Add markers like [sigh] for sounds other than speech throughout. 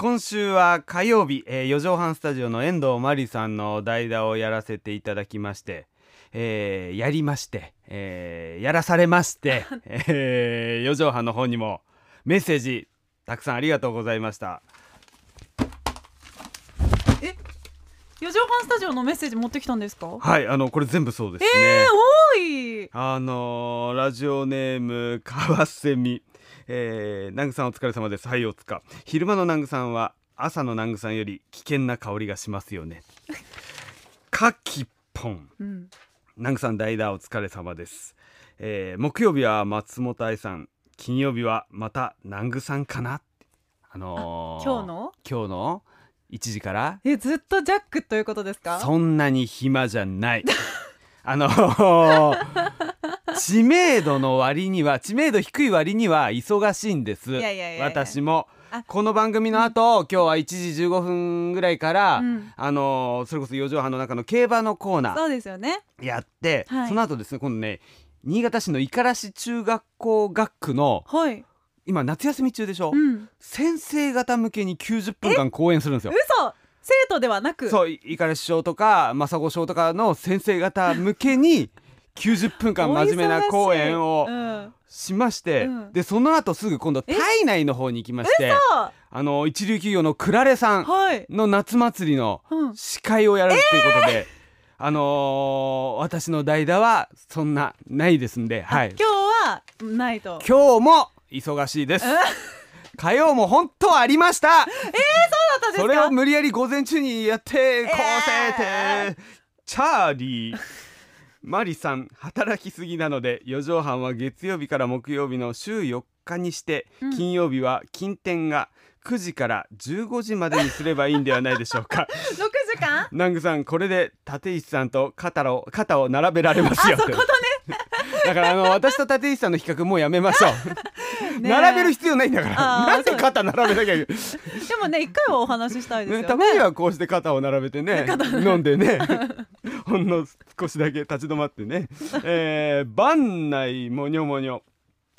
今週は火曜日、えー、4畳半スタジオの遠藤真理さんの代打をやらせていただきまして、えーやりまして、えーやらされまして、えー、4畳半の方にもメッセージたくさんありがとうございました四畳半スタジオのメッセージ持ってきたんですか。はいあのこれ全部そうですね、ええ多い。あのーラジオネームカワセミ、えー、南具さんお疲れ様ですはいおつか昼間の南具さんは朝の南具さんより危険な香りがしますよねかきぽんうん。南具さん代打お疲れ様です、えー、木曜日は松本愛さん金曜日はまた南具さんかなあのー今日の。今日の1時からえ、ずっとジャックということですか。そんなに暇じゃ [laughs] ない。あの知名度の割には知名度低い割には忙しいんです。いやいやいやいや私もあこの番組の後今日は1時15分ぐらいから、うんあのそれこそ四畳半の中の競馬のコーナそうですよね。ーやって、はいその後ですね今度ね新潟市の五十嵐中学校学区のはい。今夏休み中でしょ、うん。先生方向けに90分間講演するんですよ。嘘。生徒ではなく。そうい五十嵐師匠とか政子師匠とかの先生方向けに90分間お忙真しい面目な講演をうん。しまして、うんでその後すぐ今度え体内の方に行きましてああの一流企業のクラレさんはい。の夏祭りのうん。司会をやるっていうことで、あのー私の代打はそんなないですんで、あはい今日、は。ないと。今日も忙しいですえ。火曜も本当はありましたそうだったんですかそれを無理やり午前中にやってこうせえてチャーリーマリさん働きすぎなので4畳半は月曜日から木曜日の週4日にして、うん金曜日は金天が9時から15時までにすればいいんではないでしょうか六 [laughs] 時間。南具さんこれで立石さんと肩を肩を並べられますよあそういうことだからあの私と立石さんの比較もうやめましょう [laughs] ね並べる必要ないんだからあーなんでそう肩並べなきゃいけないでもね、一回はお話ししたいですよね、ね。たまにはこうして肩を並べてね飲んでね [laughs] ほんの少しだけ立ち止まってね、えー、番内もにょもにょ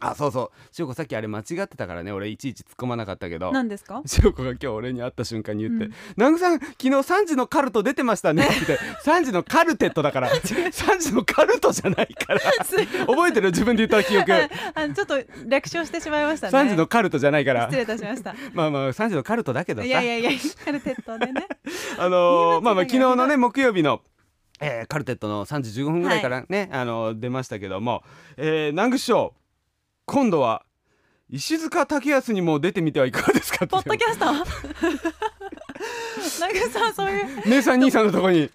あそうそう翔子さっきあれ間違ってたからね俺いちいち突っ込まなかったけど何 [laughs] ですか。翔子が今日俺に会った瞬間に言ってうん「南、具、さん昨日3時のカルト出てましたね」って「3時のカルテットだ [laughs] から3時のカルトじゃないから [laughs] すいません覚えてる自分で言った記憶 [laughs] はいあのちょっと略称してしまいましたね。 3時のカルトじゃないから失礼いたしました。まあまあ3時のカルトだけどさいやいやいや、カルテットでね。あのーまあ言まい間あ違い昨日のね木曜日の、えーカルテットの3時15分ぐらいからね、あのー出ましたけども、えー、南口賞今度は石塚武康にも出てみてはいかがですかってポッドキ [laughs] ャスト。なんかさ、そういう、姉さん兄さんのとこに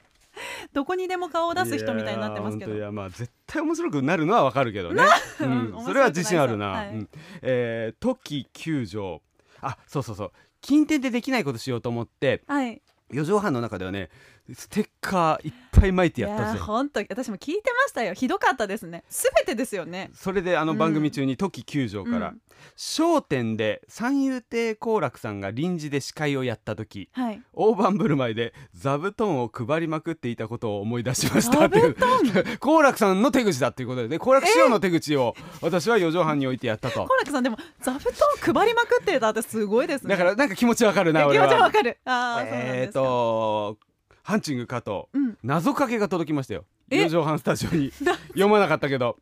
どこにでも顔を出す人みたいになってますけいやー本ど。当いやまあ絶対面白くなるのはわかるけどね、う面白くないん、それは自信あるな、はいうんえー、時9条あそうそうそう近天でできないことしようと思ってはい。 4畳半の中ではねステッカーいっぱい巻いいてやったんですやよー、本当、私も聞いてましたよ。ひどかったですね。すべてですよね。それであのうん番組中に「時9条」からうん『笑点』で三遊亭好楽さんが臨時で司会をやった時はい。大盤振る舞いで座布団を配りまくっていたことを思い出しました座布団っていう [laughs] 好楽さんの手口だっていうことでね好楽師匠の手口を私は四畳半に置いてやったとコラクさん、でも、座布団配りまくってたってすごいですね。だからなんか気持ちわかるえ、な気俺持ちはわはかる。ああ、そうなんえーですか。とハンチング加藤うん、謎かけが届きましたよえ四畳半スタジオ [laughs] に読まなかったけど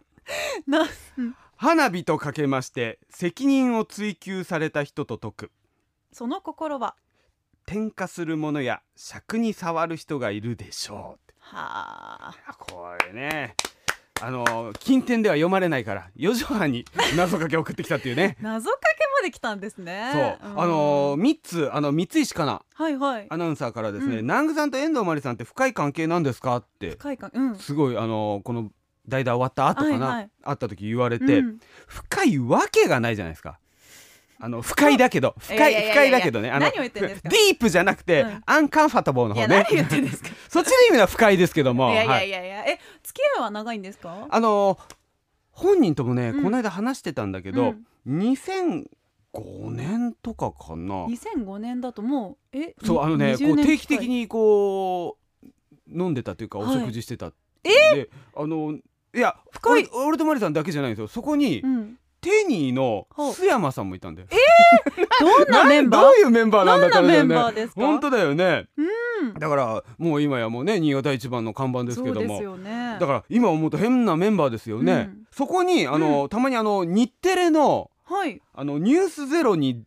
な、うん花火とかけまして責任を追及された人と解くその心は。転嫁するものや尺に触る人がいるでしょうはあ。あこれねあの近天では読まれないから4畳半に謎かけ送ってきたっていうね謎かけまで来たんですそね。う、んあの3つあの三石かなはいはい。アナウンサーからですね、うん南具さんと遠藤真理さんって深い関係なんですかって深いか、うん。すごいあのこの代打終わった後かな、はいはい会った時言われて、うん深いわけがないじゃないですか。あの深いだ [laughs] けど深いいやいやいやいや深いだけどねあの何を言ってんですかディープじゃなくて、うんアンカンファタボーのい方や、 [laughs] ね何言ってんですか。そっちの意味では深いですけども、いやいはやいいやいや、え、付き合いは長いんですか。あのー本人ともね、うんこの間話してたんだけど、2005年とかかなうん。。2005年だともう、え、そうあのね、こ20う年定期的近い。にこう飲んでたというか、はいお食事してた。えであのいや深い俺俺とマリさんだけじゃないんですよ。そこに、うん。テニーのほう須山さんもいたんだよ。どんなメンバーどういうメンバーなんだってどん話だなメよンねバーですか本当だよねうんだからもう今やもうね新潟一番の看板ですけどそうでもすよねだから今思うと変なメンバーですよね、うんそこにあの、たまにあの日テレのはいあのニュースゼロに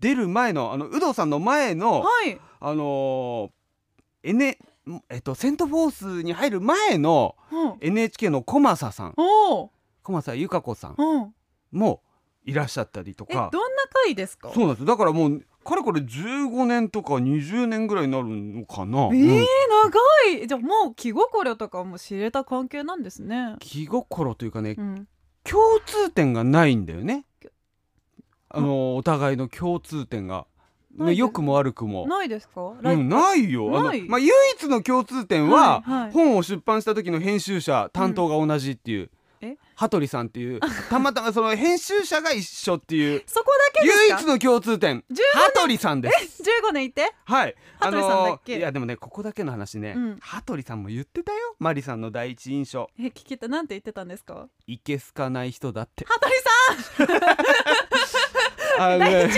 出る前のあの有働さんの前の、はいあのー、N えっとセントフォースに入る前のうん NHK の小政さんおお小政由香子さんうんもいらっしゃったりとえどかんな回ですかそうなんですだからもうかれこれ15年とか20年ぐらいになるのかな、えうーん、長いじゃあもう気心とかも知れた関係なんですね気心というかねうん共通点がないんだよねあのお互いの共通点が、なね、いです良くも悪くもないですかうライん、ないよあのないまあ、唯一の共通点は、はいはい本を出版した時の編集者担当が同じっていう、うんえ羽鳥さんって [laughs] いうたまたまその編集者が一緒っていうそこだけで唯す一かの共通点15羽鳥さんです15年いてはい羽鳥さんだっけあのいやでもねここだけの話ね、うん羽鳥さんも言ってたよマリさんの第一印象え聞きたなんて言ってたんですかいけすかない人だって羽鳥さあの [laughs] ね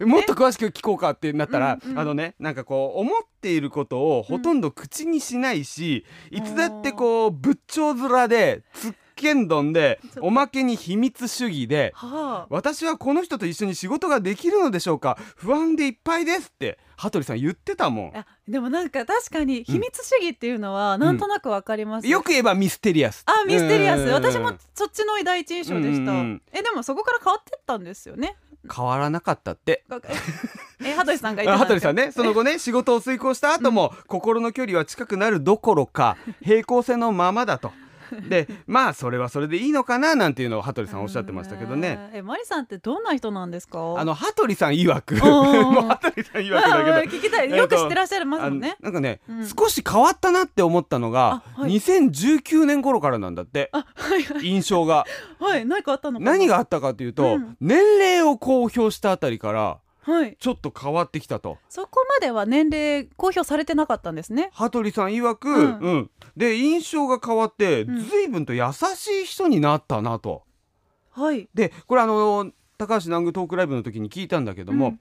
え [laughs] もっと詳しく聞こうかってなったら、うんうんあのねなんかこう思っていることをほとんど口にしないし、うんいつだってこう仏頂面でつっけんどんでちょっとおまけに秘密主義でんはあ私はこの人と一緒に仕事ができるのでしょうか不安でいっぱいですって羽鳥さん言ってたもあでもなんか確かに秘密主義っていうのはなんとなくわかります、んよく言えばミステリアスあミステリアスうん私もそっちの第一印象でした、うんうんえでもそこから変わってったんですよね変わらなかったってが [laughs] え羽鳥さんが言って羽たん鳥ですよさん [laughs] ねその後ね仕事を遂行した後も心の距離は近くなるどころ [laughs] か平行線のままだと。でまあそれはそれでいいのかななんていうのを羽鳥さんおっしゃってましたけどね。えー。えマリさんってどんな人なんですか。あの羽鳥さん曰くー [laughs] もう羽鳥さん曰くだあけど聞きたい。よく知ってらっしゃいまあすものんね。なんかね、うん少し変わったなって思ったのが、あはい2019年頃からなんだってあはい [laughs] はい印象がはい何かあったのかな。何があったかというと、うん年齢を公表したあたりからはい。ちょっと変わってきたと。そこまでは年齢公表されてなかったんですね。羽鳥さん曰く、ううんんで印象が変わってうん随分と優しい人になったなと。はい。でこれあの高橋南宮トークライブの時に聞いたんだけども、うん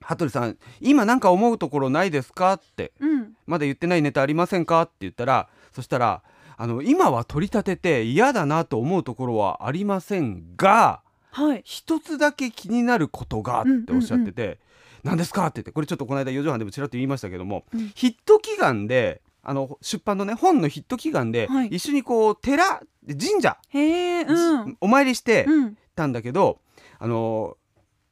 羽鳥さん今なんか思うところないですかってうん。まだ言ってないネタありませんかって言ったらそしたらあの今は取り立てて嫌だなと思うところはありませんがはい。一つだけ気になることがっておっしゃってて、何ですかって言ってこれちょっとこの間4畳半でもちらっと言いましたけども、うんヒット祈願であの出版のね本のヒット祈願で、はい一緒にこう寺神社、へえうん。お参りしてうん。たんだけど、あの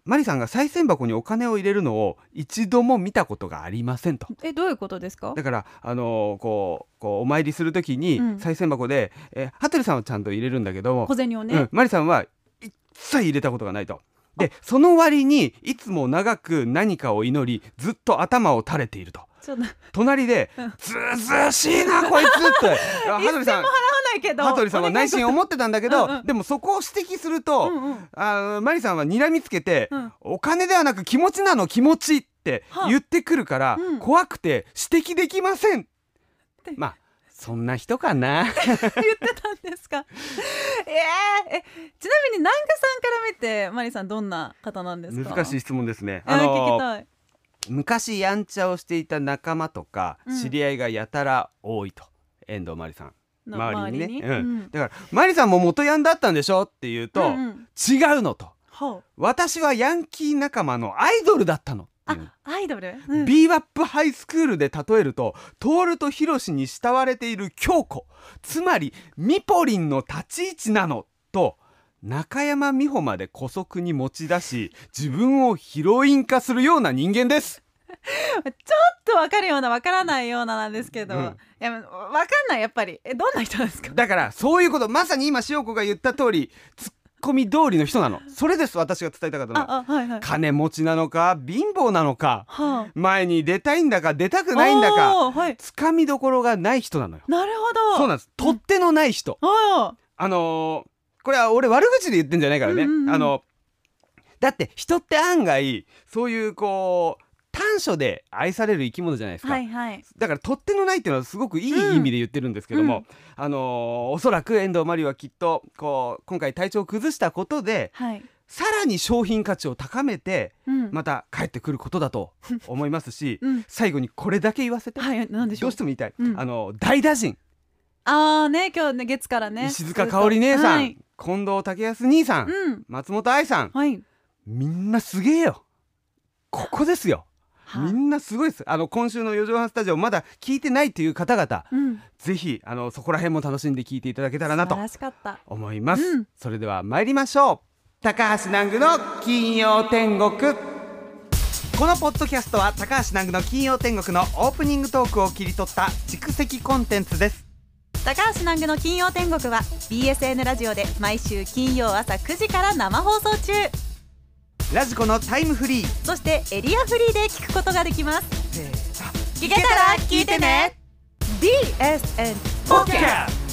マリさんが賽銭箱にお金を入れるのを一度も見たことがありませんと。えどういうことですか。だから、あのこうこうお参りするときにうん賽銭箱で、えー羽鳥さんはちゃんと入れるんだけども小銭をうねん。、マリさんは一切入れたことがないと。でその割にいつも長く何かを祈りずっと頭を垂れているとちょっと払わ隣でう「んずうずうしいなこいつ」って [laughs] 羽鳥さんないけど。羽鳥さんは内心お願いし思ってたんだけどうんうんでもそこを指摘するまと、すうんうんあーマリさんは睨みつけてうん「[laughs] お金ではなく気持ちなの気持ち」ってはあ言ってくるから、うん怖くて指摘できませんて。まあそんな人かな言ってたんですか。 [laughs] えええちなみに南下さんから見てマリさんどんな方なんですか。難しい。い質問ですね。あのー聞きたい。昔やんちゃをしていた仲間とか、うん知り合いがやたら多いと遠藤マリさんの周りにね周うんうんだからマリさんも元ヤンだったんでしょって言うと、うんうん違うのとほう私はヤンキー仲間のアイドルだったのっていうあアイドル、うんビーバップハイスクールで例えるとトールとヒロシに慕われている京子つまりミポリンの立ち位置なのと中山美穂まで姑息に持ち出し自分をヒロイン化するような人間ですちょっとわかるようなわからないようななんですけど、うんいやわかんないやっぱりえどんな人なんですかだからそういうことまさに今塩子が言った通りツッコミ通りの人なのそれです私が伝えたかったのはああはいはい金持ちなのか貧乏なのかは前に出たいんだか出たあくないんだかおーはいつかみどころがない人なのよなるほどそうなんです取っ手のない人、ああのーこれは俺悪口で言ってんじゃないからね、うんうんうんあのだって人って案外そういうこう短所で愛される生き物じゃないですーか、はいはいだから取っ手のないっていうのはすごくいい意味で言ってるんですけども、うんうんあのーおそらく遠藤真理はきっとこう今回体調を崩したことではいさらに商品価値を高めてうんまた帰ってくることだ [laughs] と思いますしうん最後にこれだけ言わせて、はいなんでしどょううしても言いたい、うんあの大打人ああね今日ね月からね石塚香織姉さん、はい近藤武康兄さん、うん松本愛さんはいみんなすげえよここですよみんなすごいですあの今週の四畳半スタジオまだ聞いてないという方々うんぜひあのそこら辺も楽しんで聞いていただけたらな素と晴らしかった思います、うんそれでは参りましょう高橋南具の金曜天国このポッドキャストは高橋南具の金曜天国のオープニングトークを切り取った蓄積コンテンツです高橋南具の金曜天国は BSN ラジオで毎週金曜朝9時から生放送中ラジコのタイムフリーそしてエリアフリーで聞くことができますせーの聞けたら聞いてね BSN ポッキャス